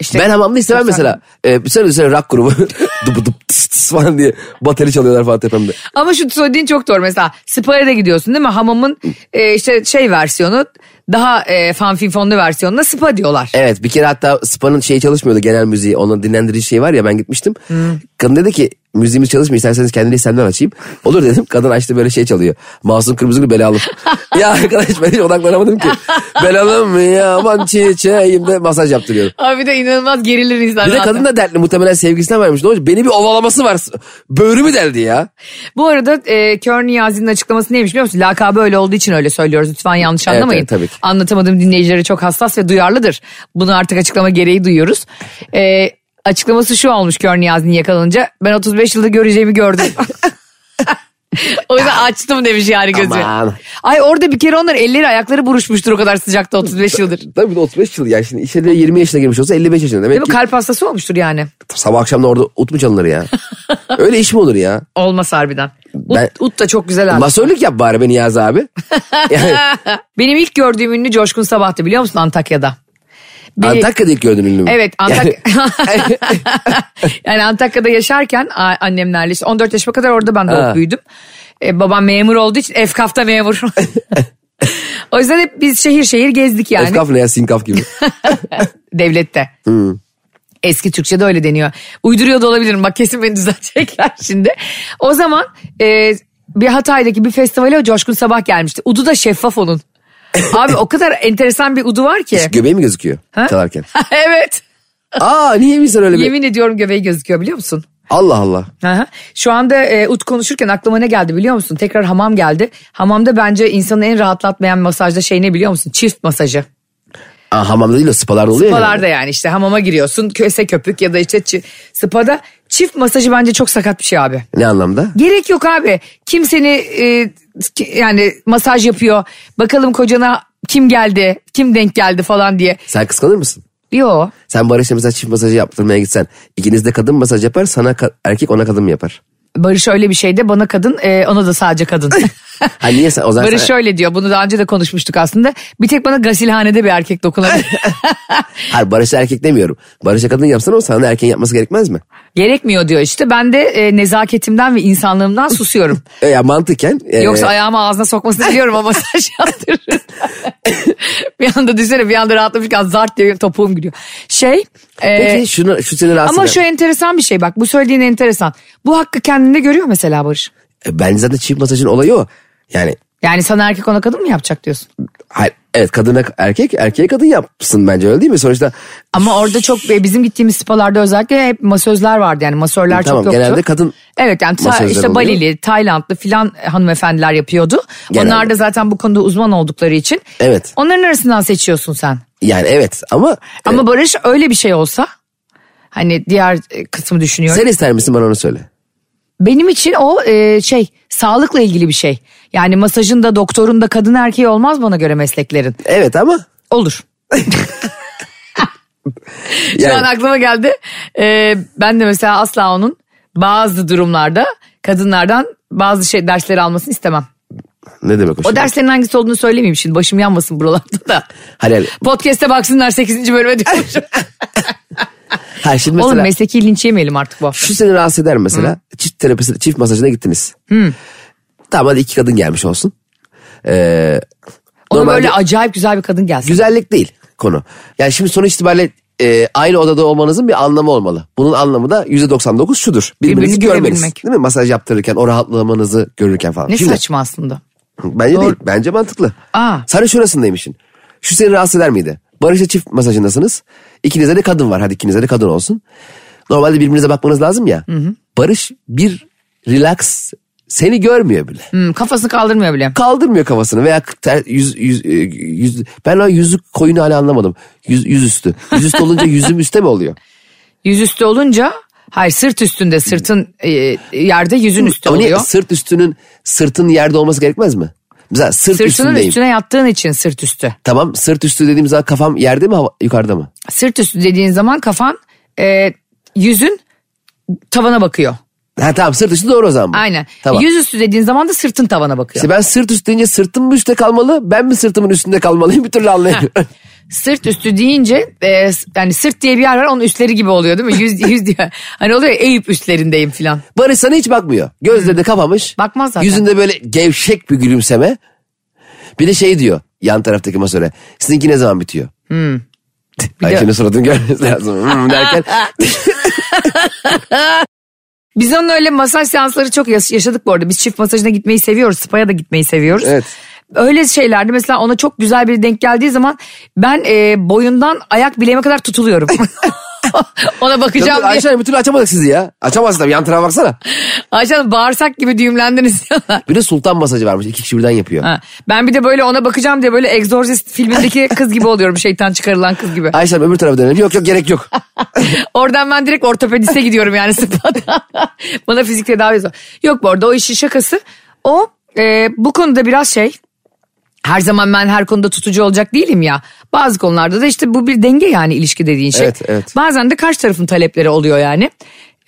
İşte
ben hamamda istemem
Çok
mesela. Ee, bir sene bir sene rock grubu. Dubu dup tıs tıs falan diye bateri çalıyorlar falan tepemde.
Ama şu söylediğin çok doğru mesela. Spa'ya da gidiyorsun değil mi? Hamamın e, işte şey versiyonu daha e, fanfinfonlu versiyonuna spa diyorlar.
Evet bir kere hatta Spa'nın şeyi çalışmıyordu genel müziği. Onun dinlendirici şeyi var ya ben gitmiştim. Kadın dedi ki müziğimiz çalışmıyor isterseniz kendi listemden açayım. Olur dedim kadın açtı böyle şey çalıyor. Masum Kırmızıgül belalım. ya arkadaş ben hiç odaklanamadım ki. Belalım mı ya aman çiçeğim de masaj yaptırıyorum.
Abi bir de inanılmaz gerilir insan.
Bir de
rahatsız.
kadın da dertli muhtemelen sevgilisinden vermiş. Ne olacak? Beni bir ovalaması var. Böğrümü deldi ya.
Bu arada e, Kör Niyazi'nin açıklaması neymiş biliyor musun? Lakabı öyle olduğu için öyle söylüyoruz. Lütfen yanlış
Evet,
anlamayın.
evet, tabii ki.
Anlatamadığım dinleyicilere çok hassas ve duyarlıdır. Bunu artık açıklama gereği duyuyoruz. E, açıklaması şu olmuş Kör Niyazi'nin yakalanınca. Ben 35 yılda göreceğimi gördüm. o yüzden açtım demiş yani gözü.
Aman.
Ay orada bir kere onlar elleri ayakları buruşmuştur o kadar sıcakta 35 yıldır.
Tabii bir de 35 yıl ya. Şimdi işe de 20 yaşına girmiş olsa 55 yaşında.
Değil
Demek
mi?
ki
Kalp hastası olmuştur yani.
sabah akşam da orada ut mu çalınır ya? Öyle iş mi olur ya?
Olmaz harbiden. Ut,
Ben-
ut da çok güzel abi.
Masörlük yap bari be Niyazi abi. Yani
Benim ilk gördüğüm ünlü Coşkun Sabah'tı biliyor musun Antakya'da? Beni-
Antakya'da ilk gördün ünlü mü?
Evet Antak
Yani-
yani Antakya'da yaşarken a- annemlerle işte 14 yaşıma kadar orada ben
Ha.
doğup büyüdüm. E, babam memur olduğu için Efkaf'ta memur. o yüzden hep biz şehir şehir gezdik yani
Efkaf ne ya sinkaf gibi.
devlette. Eski Türkçe'de öyle deniyor. Uyduruyor da olabilirim bak kesin beni düzeltecekler şimdi. O zaman e, bir Hatay'daki bir festivale o Coşkun Sabah gelmişti. Udu da şeffaf onun. Abi o kadar enteresan bir udu var ki.
Göbeği mi gözüküyor çalarken?
evet.
Aa niye mi sen öyle bir?
Yemin ediyorum göbeği gözüküyor biliyor musun?
Allah Allah.
Aha. Şu anda e, Ut konuşurken aklıma ne geldi biliyor musun? Tekrar hamam geldi. Hamamda bence insanı en rahatlatmayan masajda şey ne biliyor musun? Çift masajı.
Aa, hamamda değil o spalarda oluyor ya.
Spalarda yani işte hamama giriyorsun köse köpük ya da işte çi- spada çift masajı bence çok sakat bir şey abi.
Ne anlamda?
Gerek yok abi. Kim seni e, ki- yani masaj yapıyor. Bakalım kocana kim geldi, kim denk geldi falan diye.
Sen kıskanır mısın?
Yo.
Sen Barış'la mesela çift masajı yaptırmaya gitsen. ikiniz de kadın masaj yapar sana ka- erkek ona kadın mı yapar?
Barış öyle bir şeyde bana kadın, e, ona da sadece kadın.
Ha niye sen o zaman
Barış
sen,
şöyle diyor bunu daha önce de konuşmuştuk aslında. Bir tek bana gasilhanede bir erkek dokunabilir.
Hayır Barış'a erkek demiyorum. Barış'a kadın yapsan o sana da erkeğin yapması gerekmez mi?
Gerekmiyor diyor işte ben de e, nezaketimden ve insanlığımdan susuyorum.
E, ya mantıken. e,
Yoksa ayağımı ağzına sokmasını biliyorum ama masaj yaptırır. bir anda düşünsene bir anda rahatlamışken zart diye topuğum gidiyor. Şey e,
Peki şunu, şu seni rahatsız
ama
eder.
şu enteresan bir şey bak bu söylediğin enteresan. Bu hakkı kendinde görüyor mesela Barış.
E, Bence zaten çift masajın olayı o. Yani
Yani sana erkek ona kadın mı yapacak diyorsun?
hayır, evet kadına erkek erkeğe kadın yapsın bence öyle değil mi? Sonuçta
Ama orada çok e, bizim gittiğimiz spalarda özellikle hep masözler vardı yani masörler
E, Tamam,
çok yoktu.
genelde kadın
Evet yani ta-
masözler
işte
oluyor.
Balili, Taylandlı filan hanımefendiler yapıyordu.
Genelde.
Onlar da zaten bu konuda uzman oldukları için.
Evet.
Onların arasından seçiyorsun sen.
yani evet ama
Ama Barış öyle bir şey olsa hani diğer e, kısmı düşünüyorum.
sen ister misin bana onu söyle.
Benim için o e, şey sağlıkla ilgili bir şey. Yani masajın da doktorun da kadın erkeği olmaz bana göre mesleklerin.
Evet ama
Olur. Şu an
yani
aklıma geldi. Ee, ben de mesela asla onun bazı durumlarda kadınlardan bazı şey dersleri almasını istemem.
ne demek o,
O
şey?
derslerin hangisi olduğunu söylemeyeyim şimdi. Başım yanmasın buralarda da.
Halel.
Podcast'e baksınlar 8. bölüme diyormuşum.
Ha şimdi mesela
Oğlum mesleki linç yemeyelim artık bu hafta.
şu seni rahatsız eder mi mesela çift terapisi çift masajına gittiniz. Tamam hadi iki kadın gelmiş olsun. Ee,
Ona
normalde-
böyle acayip güzel bir kadın gelsin.
Güzellik değil konu. Yani şimdi sonuç itibariyle e, aynı odada olmanızın bir anlamı olmalı. Bunun anlamı da %99 şudur. Birbirinizi
Birbirini
görmeniz.
görebilmek.
Değil mi? Masaj yaptırırken o rahatlamanızı görürken falan.
Ne
Şimdi-
saçma aslında.
Bence
Doğru.
değil. Bence mantıklı.
Aa.
Sarı şurasındayım işin. Şu seni rahatsız eder miydi? Barış'la çift masajındasınız. İkinizde de kadın var. Hadi ikinizde de kadın olsun. Normalde birbirinize bakmanız lazım ya. Barış bir relax seni görmüyor bile.
Hmm, kafasını kaldırmıyor bile.
Kaldırmıyor kafasını veya ter- yüz, yüz, e, yüz- ben o yüzük koyunu hala anlamadım. Yüz, yüz üstü. Yüz üstü olunca yüzüm üstte mi oluyor?
Yüzüstü olunca hayır sırt üstünde sırtın e, yerde yüzün üstü
Ama niye?
oluyor.
Sırt üstünün sırtın yerde olması gerekmez mi? Mesela sırt
Sırtının
üstündeyim.
üstüne yattığın için sırt üstü.
Tamam sırt üstü dediğim zaman kafam yerde mi hava, yukarıda mı?
sırt üstü dediğin zaman kafan e, yüzün tavana bakıyor.
Ha tamam sırt üstü doğru o zaman. bu.
Aynen.
Tamam.
Yüz üstü dediğin zaman da sırtın tavana bakıyor.
İşte ben sırt üstü deyince sırtım mı üstte kalmalı ben mi sırtımın üstünde kalmalıyım bir türlü anlayamıyorum.
Sırt üstü deyince e, s- yani sırt diye bir yer var onun üstleri gibi oluyor değil mi? Yüz, yüz diye. Hani oluyor ya Eyüp üstlerindeyim filan.
Barış sana hiç bakmıyor. Gözleri de kapamış.
Hmm. Bakmaz zaten.
Yüzünde böyle gevşek bir gülümseme. Bir de şey diyor yan taraftaki masöre. Sizinki ne zaman bitiyor? Hmm. Ayşe'nin suratını görmeniz lazım. Hmm derken
Biz onun öyle masaj seansları çok yaş- yaşadık bu arada. Biz çift masajına gitmeyi seviyoruz. Spa'ya da gitmeyi seviyoruz.
Evet.
Öyle şeylerde mesela ona çok güzel biri denk geldiği zaman ben e, boyundan ayak bileğime kadar tutuluyorum. ona
Çok-
bakacağım diye.
Ayşe Hanım bir türlü açamadık sizi ya. Açamazsın tabii yan tarafa baksana.
Ayşe Hanım bağırsak gibi düğümlendiniz diyorlar.
Bir de sultan masajı varmış. İki kişi birden yapıyor.
Ha, Ben bir de böyle ona bakacağım diye böyle Exorcist filmindeki kız gibi oluyorum. Şeytan çıkarılan kız gibi.
Ayşe Hanım öbür tarafa dönelim. Yok yok gerek yok.
Oradan ben direkt ortopediste gidiyorum yani spa'da. Bana fizik tedavi yazıyor. Yok bu arada o işin şakası. O e, bu konuda biraz şey her zaman ben her konuda tutucu olacak değilim ya. Bazı konularda da işte bu bir denge yani ilişki dediğin şey.
Evet, evet.
Bazen de karşı tarafın talepleri oluyor yani.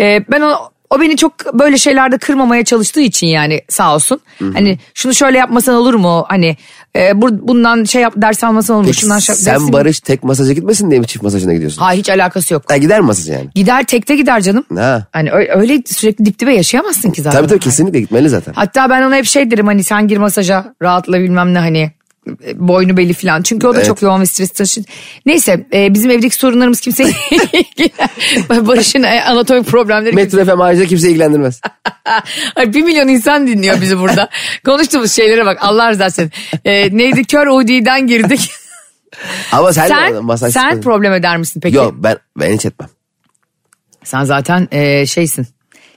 E, ben o, o beni çok böyle şeylerde kırmamaya çalıştığı için yani sağ olsun. Hani şunu şöyle yapmasan olur mu? Hani e, bur- bundan şey yap ders almasan olur mu?
Peki,
Şundan şey yap- dersim-
sen Barış tek masaja gitmesin diye mi çift masajına gidiyorsun?
Ha hiç alakası yok.
Ha, gider mi masaj yani?
Gider tekte gider canım.
Ha.
Hani ö- öyle sürekli dip dibe yaşayamazsın ki zaten.
Tabii tabii kesinlikle gitmeli zaten.
Hatta ben ona hep şey derim hani sen gir masaja rahatla bilmem ne hani e, boynu beli falan. Çünkü o da
Evet.
çok yoğun ve stres taşı. Neyse e, bizim evdeki sorunlarımız kimseyi Barış'ın e, anatomik problemleri.
Metro FM ayrıca kimse ilgilendirmez.
Ay, bir milyon insan dinliyor bizi burada. Konuştuğumuz şeylere bak Allah razı olsun. E, neydi kör Udi'den girdik.
Ama sen, de
sen
masaj
sen
çıkmadın.
problem eder misin peki?
Yok ben, ben hiç etmem.
Sen zaten e, şeysin.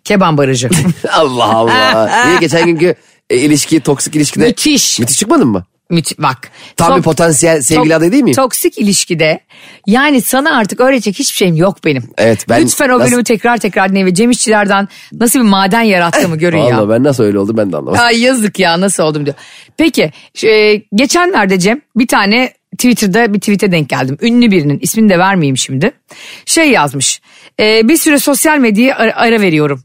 Keban barajı.
Allah Allah. Niye geçen günkü e, ilişki, toksik ilişkide...
Müthiş.
Müthiş çıkmadın mı?
Müthi- bak.
Tam
Çok-
bir potansiyel sevgili
Tok-
adayı değil miyim?
Toksik ilişkide yani sana artık öğretecek hiçbir şeyim yok benim.
Evet, ben
Lütfen o
nasıl-
bölümü tekrar tekrar dinleyin ve Cem İşçilerden nasıl bir maden yarattığımı görün ya.
Vallahi ben nasıl öyle oldum ben de anlamadım.
Ay yazık ya nasıl oldum diyor. Peki şu, e, geçenlerde Cem bir tane Twitter'da bir tweet'e denk geldim. Ünlü birinin ismini de vermeyeyim şimdi. Şey yazmış. e, bir süre sosyal medyaya ara, ara veriyorum.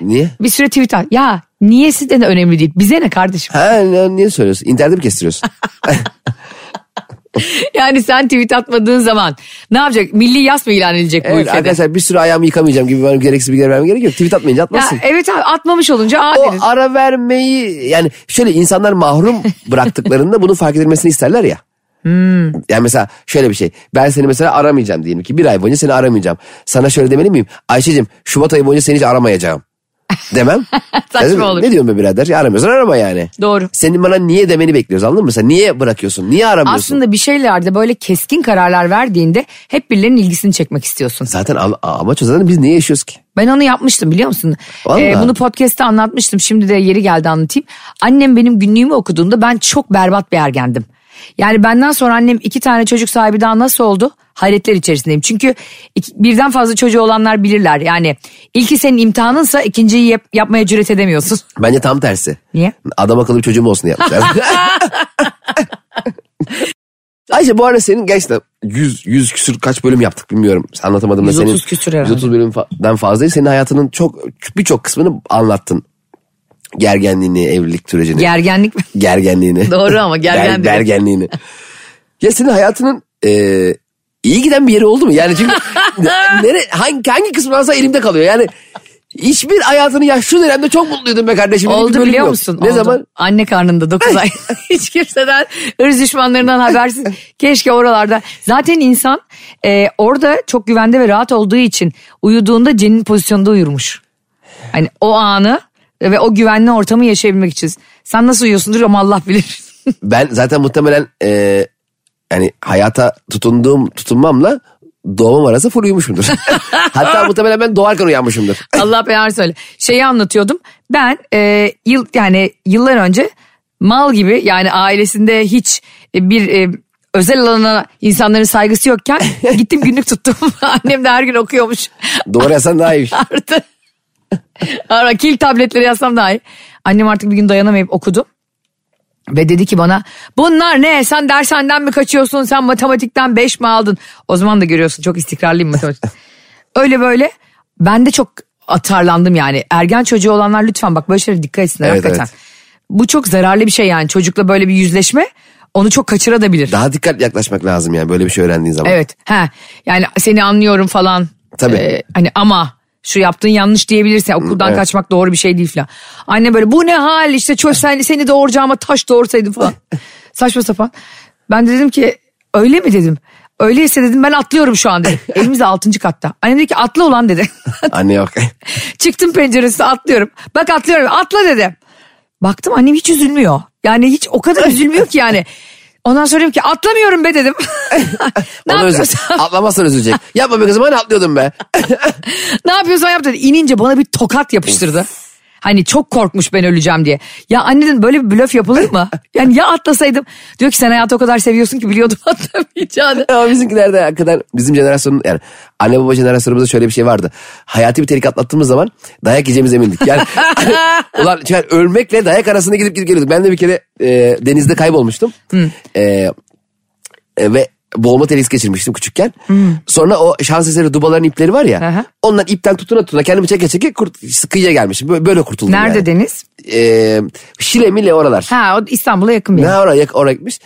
Niye?
Bir süre tweet at. Ya niye sizden de önemli değil. Bize ne kardeşim?
Ha ne- niye söylüyorsun? İnternette mi kestiriyorsun?
Yani sen tweet atmadığın zaman ne yapacak? Milli yas mı ilan edilecek bu
Evet,
ülkede?
arkadaşlar bir sürü ayağımı yıkamayacağım gibi benim gereksiz bilgiler vermem gerek yok. Tweet atmayınca
Ya
atmazsın.
evet abi atmamış olunca aa
o
deriz.
ara vermeyi yani şöyle insanlar mahrum bıraktıklarında bunun fark edilmesini isterler ya.
Hmm.
Yani mesela şöyle bir şey. Ben seni mesela aramayacağım diyelim ki bir ay boyunca seni aramayacağım. Sana şöyle demeli miyim? Ayşe'cim Şubat ayı boyunca seni hiç aramayacağım. Demem.
Saçma
Dedim,
olur.
Ne diyorsun be birader? Ya Aramıyorsan arama yani.
Doğru.
Senin bana niye demeni bekliyoruz anladın mı? Mesela niye bırakıyorsun? Niye aramıyorsun?
Aslında bir şeylerde böyle keskin kararlar verdiğinde hep birilerinin ilgisini çekmek istiyorsun.
Zaten al- amaç o zaten biz niye yaşıyoruz ki?
Ben onu yapmıştım biliyor musun? Ee,
Vallahi.
bunu podcast'te anlatmıştım. Şimdi de yeri geldi anlatayım. Annem benim günlüğümü okuduğunda ben çok berbat bir ergendim. Yani benden sonra annem iki tane çocuk sahibi daha nasıl oldu? Hayretler içerisindeyim. Çünkü iki- birden fazla çocuğu olanlar bilirler. Yani ilki senin imtihanınsa ikinciyi yap- yapmaya cüret edemiyorsun.
Bence tam tersi.
Niye?
Adam akıllı bir çocuğum olsun diye yapmışlar. Ayşe bu arada senin gerçekten 100, 100 küsür kaç bölüm yaptık bilmiyorum. Anlatamadım da senin.
130 küsür herhalde.
130 bölümden fazla değil. Senin hayatının çok birçok kısmını anlattın. Gergenliğini, evlilik sürecini.
Gergenlik mi?
gergenliğini.
Doğru ama gergen
Ger-
değil.
Gergenliğini. ya senin hayatının e, iyi giden bir yeri oldu mu? Yani çünkü ne- nere, hangi, hangi kısmındansa elimde kalıyor. Yani hiçbir hayatını ya şu dönemde çok mutluydum be kardeşim. Benim bir
Oldu
bölümü
biliyor
yok.
musun?
Ne
Oldu.
zaman?
Anne karnında 9 ay. Hiç kimseden ırz düşmanlarından habersiz. Keşke oralarda. Zaten insan e, orada çok güvende ve rahat olduğu için uyuduğunda cenin pozisyonda uyurmuş. Hani o anı ve o güvenli ortamı yaşayabilmek için. Sen nasıl uyuyorsundur ama Allah bilir.
Ben zaten muhtemelen e, yani hayata tutunduğum tutunmamla doğumum arası full uyumuşumdur. Hatta muhtemelen ben doğarken uyanmışımdır.
Allah belanı söyle. Şeyi anlatıyordum. Ben e, yıl yani yıllar önce mal gibi yani ailesinde hiç e, bir e, özel alana insanların saygısı yokken gittim günlük tuttum. Annem de her gün okuyormuş.
Doğru yazsan daha iyi.
Artı. Ara kil tabletleri yazsam daha iyi. Annem artık bir gün dayanamayıp okudu. Ve dedi ki bana bunlar ne sen dershaneden mi kaçıyorsun sen matematikten 5 mi aldın? O zaman da görüyorsun çok istikrarlıyım matematik. Öyle böyle ben de çok atarlandım yani. Ergen çocuğu olanlar lütfen bak böyle şeylere dikkat etsinler
Evet,
hakikaten.
evet.
Bu çok zararlı bir şey yani çocukla böyle bir yüzleşme onu çok kaçırabilir.
Daha dikkatli yaklaşmak lazım yani böyle bir şey öğrendiğin zaman.
Evet. Ha. Yani seni anlıyorum falan.
Tabii.
hani ama şu yaptığın yanlış diyebilirsin. Okuldan
evet.
kaçmak doğru bir şey değil falan. Anne böyle bu ne hal işte çöz sen, seni doğuracağıma taş doğursaydım falan. Saçma sapan. Ben de dedim ki öyle mi dedim. Öyleyse dedim ben atlıyorum şu an dedi. Evimiz de altıncı katta. Annem dedi ki atla ulan dedi.
Anne yok.
Çıktım penceresine atlıyorum. Bak atlıyorum atla dedi. Baktım annem hiç üzülmüyor. Yani hiç o kadar üzülmüyor ki yani. Ondan sonra dedim ki atlamıyorum be dedim. ne,
Onu özür.
yapıyorsan,
Atlamazsan üzülecek. Yapma be kızım hani atlıyordum be.
ne yapıyorsan yap dedi. İnince bana bir tokat yapıştırdı. Hani çok korkmuş ben öleceğim diye. Ya anne dedim böyle bir blöf yapılır mı? Yani ya atlasaydım. Diyor ki sen hayatı o kadar seviyorsun ki biliyordum atlamayacağını.
Ama bizimkilerde hakikaten bizim jenerasyonun yani anne baba jenerasyonumuzda şöyle bir şey vardı. Hayati bir tehlike atlattığımız zaman dayak yiyeceğimize emindik. Yani, hani, ulan, yani ölmekle dayak arasında gidip gidip geliyorduk. Ben de bir kere e, denizde kaybolmuştum. E, e, ve boğulma tehlikesi geçirmiştim küçükken. Sonra o şans eseri dubaların ipleri var ya.
Aha.
Ondan ipten tutuna tutuna kendimi çeke çeke kurt, kıyıya gelmişim. Böyle, böyle kurtuldum
Nerede
yani.
Deniz?
E, Şile mile oralar.
Ha o İstanbul'a yakın bir yer.
Ne ara yak oraya gitmiş.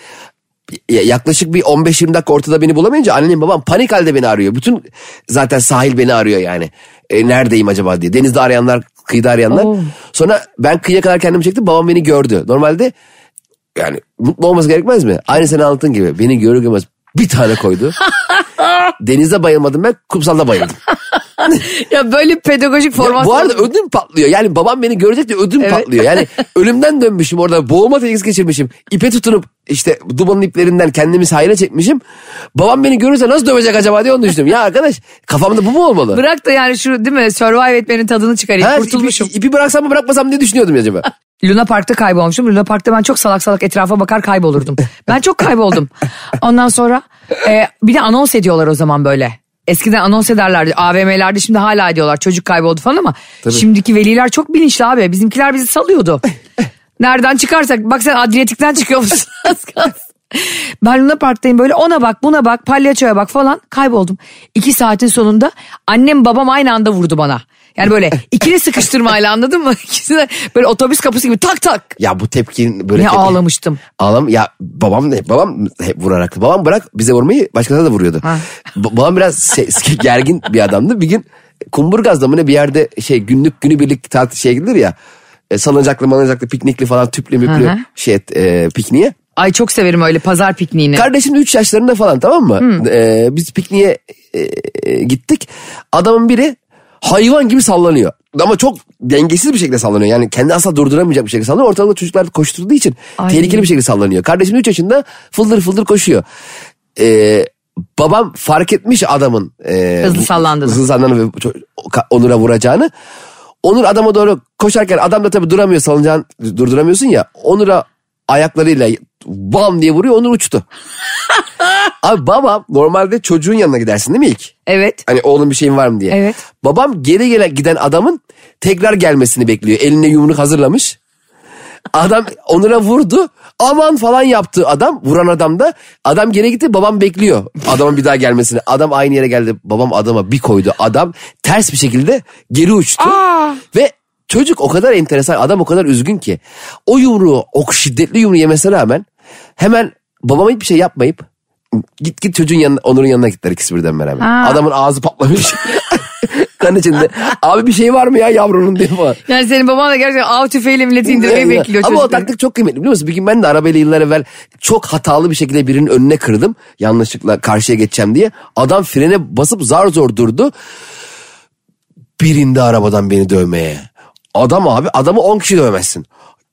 Ya- Yaklaşık bir 15-20 dakika ortada beni bulamayınca annem babam panik halde beni arıyor. Bütün zaten sahil beni arıyor yani. E, neredeyim acaba diye. Denizde arayanlar, kıyıda arayanlar.
Oo.
Sonra ben kıyıya kadar kendimi çektim babam beni gördü. Normalde yani mutlu olması gerekmez mi? Aynı senin anlattığın gibi beni görür görmez bir tane koydu. Denizde bayılmadım ben kumsalda bayıldım.
Ya böyle pedagojik formasyon.
Bu arada ödüm patlıyor. Yani babam beni görecek de ödüm patlıyor. Yani ölümden dönmüşüm orada. Boğulma tehlikesi geçirmişim. İpe tutunup işte dumanın iplerinden kendimi sahile çekmişim. Babam beni görürse nasıl dövecek acaba diye onu düşündüm. Ya arkadaş kafamda bu mu olmalı?
Bırak da yani şu değil mi survive etmenin tadını çıkarayım
Ha,
kurtulmuşum.
Ipi, ipi bıraksam mı bırakmasam diye düşünüyordum acaba.
Luna Park'ta kaybolmuşum. Luna Park'ta ben çok salak salak etrafa bakar kaybolurdum. Ben çok kayboldum. Ondan sonra e, bir de anons ediyorlar o zaman böyle. Eskiden anons ederlerdi AVM'lerde şimdi hala ediyorlar çocuk kayboldu falan ama şimdiki veliler çok bilinçli abi bizimkiler bizi salıyordu. Nereden çıkarsak bak sen Adriyatik'ten çıkıyormuşsun az kalsın. Ben Luna Park'tayım böyle ona bak buna bak palyaçoya bak falan kayboldum. İki saatin sonunda annem babam aynı anda vurdu bana. Yani böyle ikili sıkıştırmayla anladın mı? İkisi de böyle otobüs kapısı gibi tak tak.
Ya bu tepkin böyle
Ne
tepki-
ağlamıştım.
Ağlam ya babam ne babam hep vurarak babam bırak bize vurmayı başkasına da vuruyordu.
Ha.
Ba- babam biraz se- se- gergin bir adamdı. Bir gün Kumburgaz'da mı ne bir yerde şey günlük günübirlik tatil şey gidilir ya. E, salıncaklı malıncaklı piknikli falan tüplü müplü
hı.
şey e, pikniğe.
Ay çok severim öyle pazar pikniğini.
Kardeşim 3 yaşlarında falan tamam mı? E, biz pikniğe e, e, gittik. Adamın biri hayvan gibi sallanıyor. Ama çok dengesiz bir şekilde sallanıyor. Yani kendi asla durduramayacak bir şekilde sallanıyor. Ortalıkta çocuklar koşturduğu için
Ay.
tehlikeli bir şekilde sallanıyor. Kardeşim 3 yaşında fıldır fıldır koşuyor. E, babam fark etmiş adamın e,
Hızlı sallandığını.
hızlı sallandığını ve ço- Onur'a vuracağını. Onur adama doğru koşarken adam da tabii duramıyor salıncağın durduramıyorsun ya. Onur'a ayaklarıyla bam diye vuruyor Onur uçtu. Abi babam normalde çocuğun yanına gidersin değil mi ilk?
Evet.
Hani oğlum bir şeyin var mı diye.
Evet.
Babam geri gele giden adamın tekrar gelmesini bekliyor. Eline yumruk hazırlamış. Adam Onur'a vurdu. Aman falan yaptı adam. Vuran adam da. Adam geri gitti babam bekliyor. Adamın bir daha gelmesini. Adam aynı yere geldi. Babam adama bir koydu. Adam ters bir şekilde geri uçtu. Ve çocuk o kadar enteresan. Adam o kadar üzgün ki. O yumruğu o şiddetli yumruğu yemesine rağmen hemen babama hiçbir şey yapmayıp git git çocuğun yanına Onur'un yanına gittiler ikisi birden beraber.
Ha.
Adamın ağzı patlamış. kan içinde. Abi bir şey var mı ya yavrunun diye falan.
Yani senin baban da gerçekten av tüfeğiyle milleti indirmeyi
Ya, ya.
bekliyor
Ama o
çocukları.
taktik çok kıymetli biliyor musun? Bir gün ben de arabayla yıllar evvel çok hatalı bir şekilde birinin önüne kırdım. Yanlışlıkla karşıya geçeceğim diye. Adam frene basıp zar zor durdu. Birinde arabadan beni dövmeye. Adam abi adamı 10 kişi dövemezsin.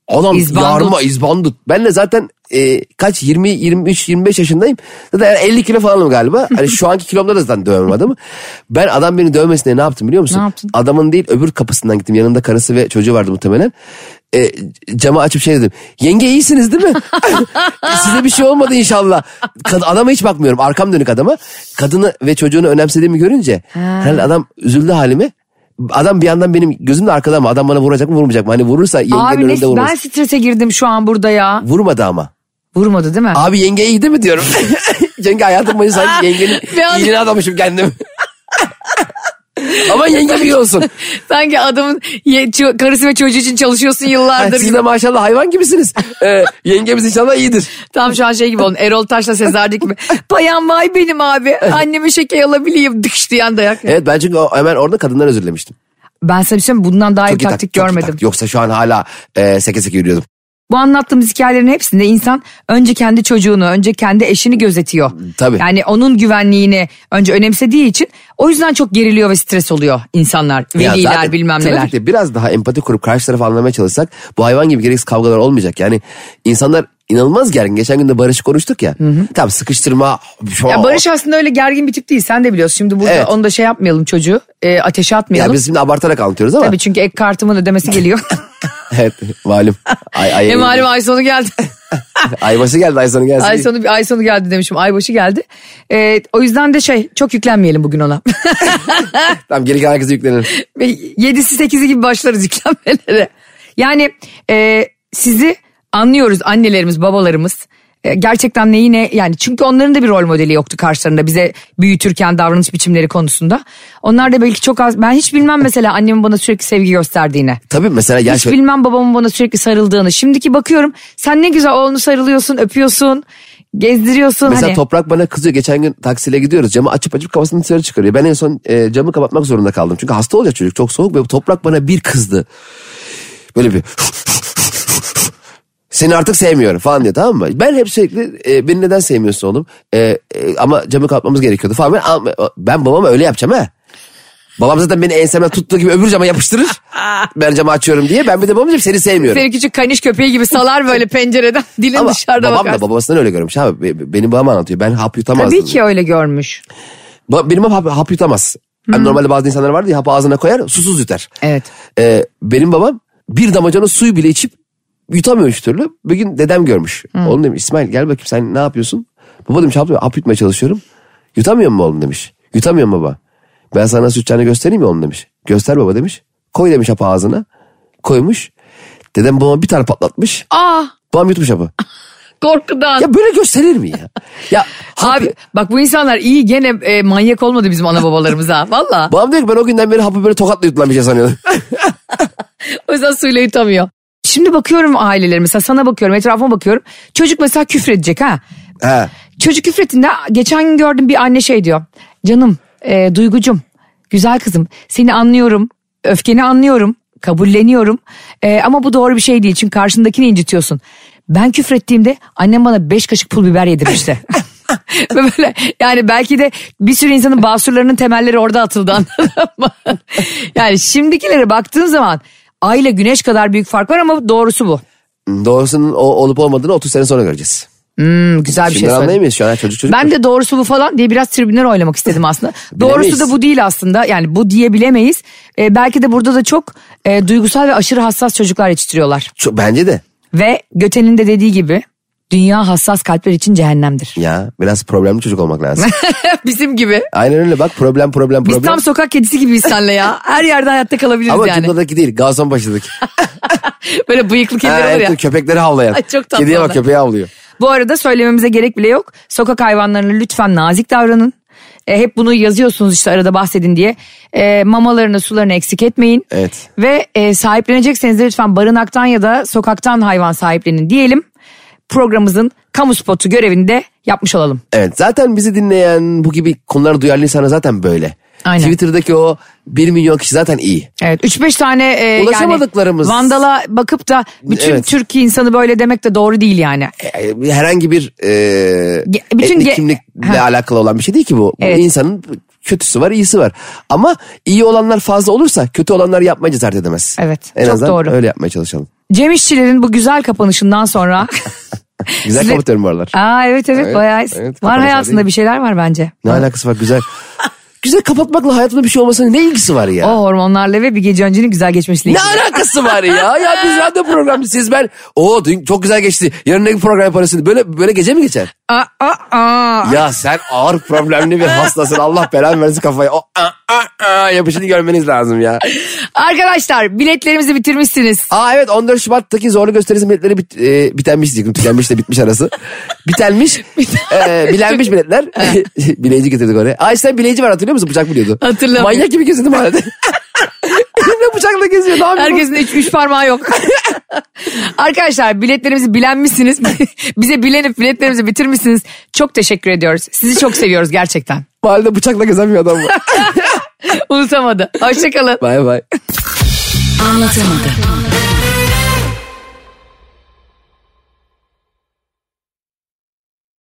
Adam
İzbandut.
yarma izbandut. Ben de zaten e, kaç 20 23 25 yaşındayım. Zaten 50 kilo falanım galiba. Hani şu anki kilomda da zaten dövemem adamı. Ben adam beni dövmesine ne yaptım biliyor musun?
Ne yaptın?
Adamın değil öbür kapısından gittim. Yanında karısı ve çocuğu vardı muhtemelen. E, cama açıp şey dedim. Yenge iyisiniz değil mi? Size bir şey olmadı inşallah. Kad- adama hiç bakmıyorum. Arkam dönük adama. Kadını ve çocuğunu önemsediğimi görünce. Herhalde adam üzüldü halime. Adam bir yandan benim gözümde arkada ama adam bana vuracak mı vurmayacak mı? Hani vurursa yengenin
Abi
önünde
ne,
vurmasın.
ben strese girdim şu an burada ya.
Vurmadı ama.
Vurmadı değil mi?
Abi yenge iyi değil mi diyorum. Çünkü hayatım boyu sanki yengenin
Bir an-
iyiliğine adamışım kendimi. Ama yenge iyi olsun.
Sanki adamın ye- ço- karısı ve çocuğu için çalışıyorsun yıllardır.
Siz de maşallah hayvan gibisiniz. Ee, yengemiz inşallah iyidir.
Tam şu an şey gibi olun. Erol Taş'la Sezar'daki gibi. Bayan vay benim abi. Anneme şeker alabileyim. Dıkş diyen dayak.
Evet ben çünkü o- hemen orada kadından özür dilemiştim.
Ben sana bir şey söyleyeyim mi? Bundan daha iyi bir
Çok iyi
taktik
çok iyi
görmedim.
Yoksa şu an hala e, seke seke yürüyordum.
Bu anlattığımız hikayelerin hepsinde insan önce kendi çocuğunu, önce kendi eşini gözetiyor.
Tabii.
Yani onun güvenliğini önce önemsediği için o yüzden çok geriliyor ve stres oluyor insanlar.
Ya
Veliler
zaten
bilmem neler.
trafikte biraz daha empati kurup karşı tarafı anlamaya çalışsak bu hayvan gibi gereksiz kavgalar olmayacak. Yani insanlar inanılmaz gergin. Geçen gün de Barış'ı konuştuk ya. Tam sıkıştırma.
Ya Barış aslında öyle gergin bir tip değil sen de biliyorsun. Şimdi burada
Evet.
onu da şey yapmayalım çocuğu e, ateşe atmayalım.
Ya biz şimdi abartarak anlatıyoruz ama.
Tabii çünkü ek kartımın ödemesi geliyor.
evet malum. Ay, ay,
e malum ay sonu geldi.
Aybaşı geldi ay sonu gelsin.
ay sonu ay sonu geldi demişim. Ay başı geldi. E, o yüzden de şey çok yüklenmeyelim bugün ona.
Tamam geri kalan herkese yüklenir.
Ve 7'si 8'i gibi başlarız yüklenmelere. Yani e, sizi anlıyoruz annelerimiz babalarımız. E, gerçekten neyi ne yani çünkü onların da bir rol modeli yoktu karşılarında bize büyütürken davranış biçimleri konusunda. Onlar da belki çok az ben hiç bilmem mesela annemin bana sürekli sevgi gösterdiğini.
Tabii mesela ya
Hiç
şöyle-
bilmem babamın bana sürekli sarıldığını. Şimdiki bakıyorum sen ne güzel oğlunu sarılıyorsun öpüyorsun gezdiriyorsun.
Mesela
hani.
Toprak bana kızıyor. Geçen gün taksiyle gidiyoruz. Camı açıp açıp kafasını dışarı çıkarıyor. Ben en son e, camı kapatmak zorunda kaldım. Çünkü hasta olacak çocuk. Çok soğuk ve Toprak bana bir kızdı. Böyle bir... Seni artık sevmiyorum falan diyor tamam mı? Ben hep sürekli e, beni neden sevmiyorsun oğlum? E, e, ama camı kapatmamız gerekiyordu falan. Ben, ama- ben babama öyle yapacağım ha. Babam zaten beni ensemden tuttuğu gibi öbür cama yapıştırır. ben camı açıyorum diye. Ben bir de babam diyeceğim seni sevmiyorum.
Seni küçük kaniş köpeği gibi salar böyle pencereden dilin
Ama
dışarıda
babam
bakarsın.
da babasından öyle görmüş abi. Be- be- Benim babam anlatıyor. Ben hap yutamazdım.
Tabii ki öyle görmüş.
Ba- Benim babam hap, hap yutamaz. Yani normalde bazı insanlar vardı ya hapı ağzına koyar susuz yutar.
Evet.
Ee, benim babam bir damacana suyu bile içip yutamıyor hiç türlü. Bir gün dedem görmüş. Oğlum demiş İsmail gel bakayım sen ne yapıyorsun? Baba demiş hap, hap yutmaya çalışıyorum. Yutamıyor mu oğlum demiş. Yutamıyorum baba. Ben sana nasıl yutacağını göstereyim mi oğlum demiş. Göster baba demiş. Koy demiş hapı ağzına. Koymuş. Dedem babama bir tane patlatmış.
Aa
Babam yutmuş hapı.
Ah, korkudan.
Ya böyle gösterir mi ya? Ya hap-
Abi bak bu insanlar iyi gene e, manyak olmadı bizim ana babalarımız ha. Valla.
Babam diyor ki ben o günden beri hapı böyle tokatla yutulan bir şey sanıyordum.
O yüzden suyla yutamıyor. Şimdi bakıyorum aileler mesela sana bakıyorum etrafıma bakıyorum. Çocuk mesela küfredecek ha.
He.
Çocuk küfretinde geçen gün gördüm bir anne şey diyor. Canım, e, duygucum, güzel kızım seni anlıyorum, öfkeni anlıyorum, kabulleniyorum. E, ama bu doğru bir şey değil çünkü karşındakini incitiyorsun. Ben küfrettiğimde annem bana beş kaşık pul biber yedirmişti. Ve böyle yani belki de bir sürü insanın basurlarının temelleri orada atıldı anladın mı? yani şimdikilere baktığın zaman ay ile güneş kadar büyük fark var ama doğrusu bu.
Doğrusunun o, olup olmadığını 30 sene sonra göreceğiz.
Hmm, güzel bir
Şimdi
şey söyledin.
anlayamayız şu an çocuk çocuk.
Ben de doğrusu bu falan diye biraz tribünler oynamak istedim aslında. doğrusu
Bilemeyiz.
da bu değil aslında. Yani bu diyebilemeyiz. Ee, belki de burada da çok e, duygusal ve aşırı hassas çocuklar yetiştiriyorlar.
Çok- bence de
Ve Göte'nin de dediği gibi dünya hassas kalpler için cehennemdir.
ya biraz problemli çocuk olmak lazım.
Bizim gibi.
Aynen öyle bak problem problem
Biz
problem.
tam sokak kedisi gibiyiz senle ya. Her yerde hayatta kalabiliriz
Ama
yani.
cumladaki değil gazon başındaki.
Böyle bıyıklı
Ha,
kediler var
evet,
ya.
dur, köpekleri havlayan.
Ay, çok tatlı
Kediye bak
onlar.
köpeği havlıyor.
Bu arada söylememize gerek bile yok. Sokak hayvanlarına lütfen nazik davranın. E, hep bunu yazıyorsunuz işte arada bahsedin diye. E, mamalarını sularını eksik etmeyin.
Evet.
Ve e, sahiplenecekseniz de lütfen barınaktan ya da sokaktan hayvan sahiplenin diyelim. Programımızın kamu spotu görevini de yapmış olalım.
Evet zaten bizi dinleyen bu gibi konulara duyarlı insanlar zaten böyle.
Aynen.
Twitter'daki o 1 milyon kişi zaten iyi.
Evet 3-5 tane e, yani
Ulaşamadıklarımız.
vandala bakıp da bütün
Evet.
Türkiye insanı böyle demek de doğru değil yani.
E, herhangi bir e,
bütün
etnik
ge-
kimlikle
Ha.
alakalı olan bir şey değil ki bu.
Evet.
Bu insanın kötüsü var iyisi var. Ama iyi olanlar fazla olursa kötü olanlar yapmaya cesaret edemez.
Evet,
En
çok
azından
doğru.
öyle yapmaya çalışalım.
Cem İşçilerin bu güzel kapanışından sonra
Güzel
Size-
kapatıyorum bu aralar.
Aa evet evet,
Evet,
bayağı
evet,
var
kapanış
hayatında
hali.
bir şeyler var bence.
Ne alakası var güzel. güzel kapatmakla hayatımda bir şey olmasının ne ilgisi var ya?
O hormonlarla ve bir gece öncenin güzel geçmesiyle.
Ne
ilgili.
alakası var ya? Ya biz radyo programcısıyız ben. Oo dün çok güzel geçti. Yarın ne program yaparız? Böyle böyle gece mi geçer?
Aa, aa, aa.
Ya sen ağır problemli bir hastasın. Allah belanı versin kafaya. O a, a, a yapışını görmeniz lazım ya.
Arkadaşlar biletlerimizi bitirmişsiniz.
Aa evet 14 Şubat'taki zorlu gösterisi biletleri bit, e, bitenmiş diyecektim. Tükenmiş de bitmiş arası. Bitenmiş. e, bilenmiş biletler. bileyici getirdik oraya. Aa işte bileyici var hatırlıyor musun? Bıçak biliyordu.
Hatırlamıyorum.
Manyak gibi geziyordum halde. Elimle bıçakla geziyor. Ne yapıyorsun?
Herkesin üç, üç parmağı yok. Arkadaşlar biletlerimizi bilenmişsiniz. Bize bilenip biletlerimizi bitirmişsiniz. Çok teşekkür ediyoruz. Sizi çok seviyoruz gerçekten.
Mahallede bıçakla gezen bir adam var.
Unutamadı. Hoşçakalın.
bay bay.
Anlatamadım.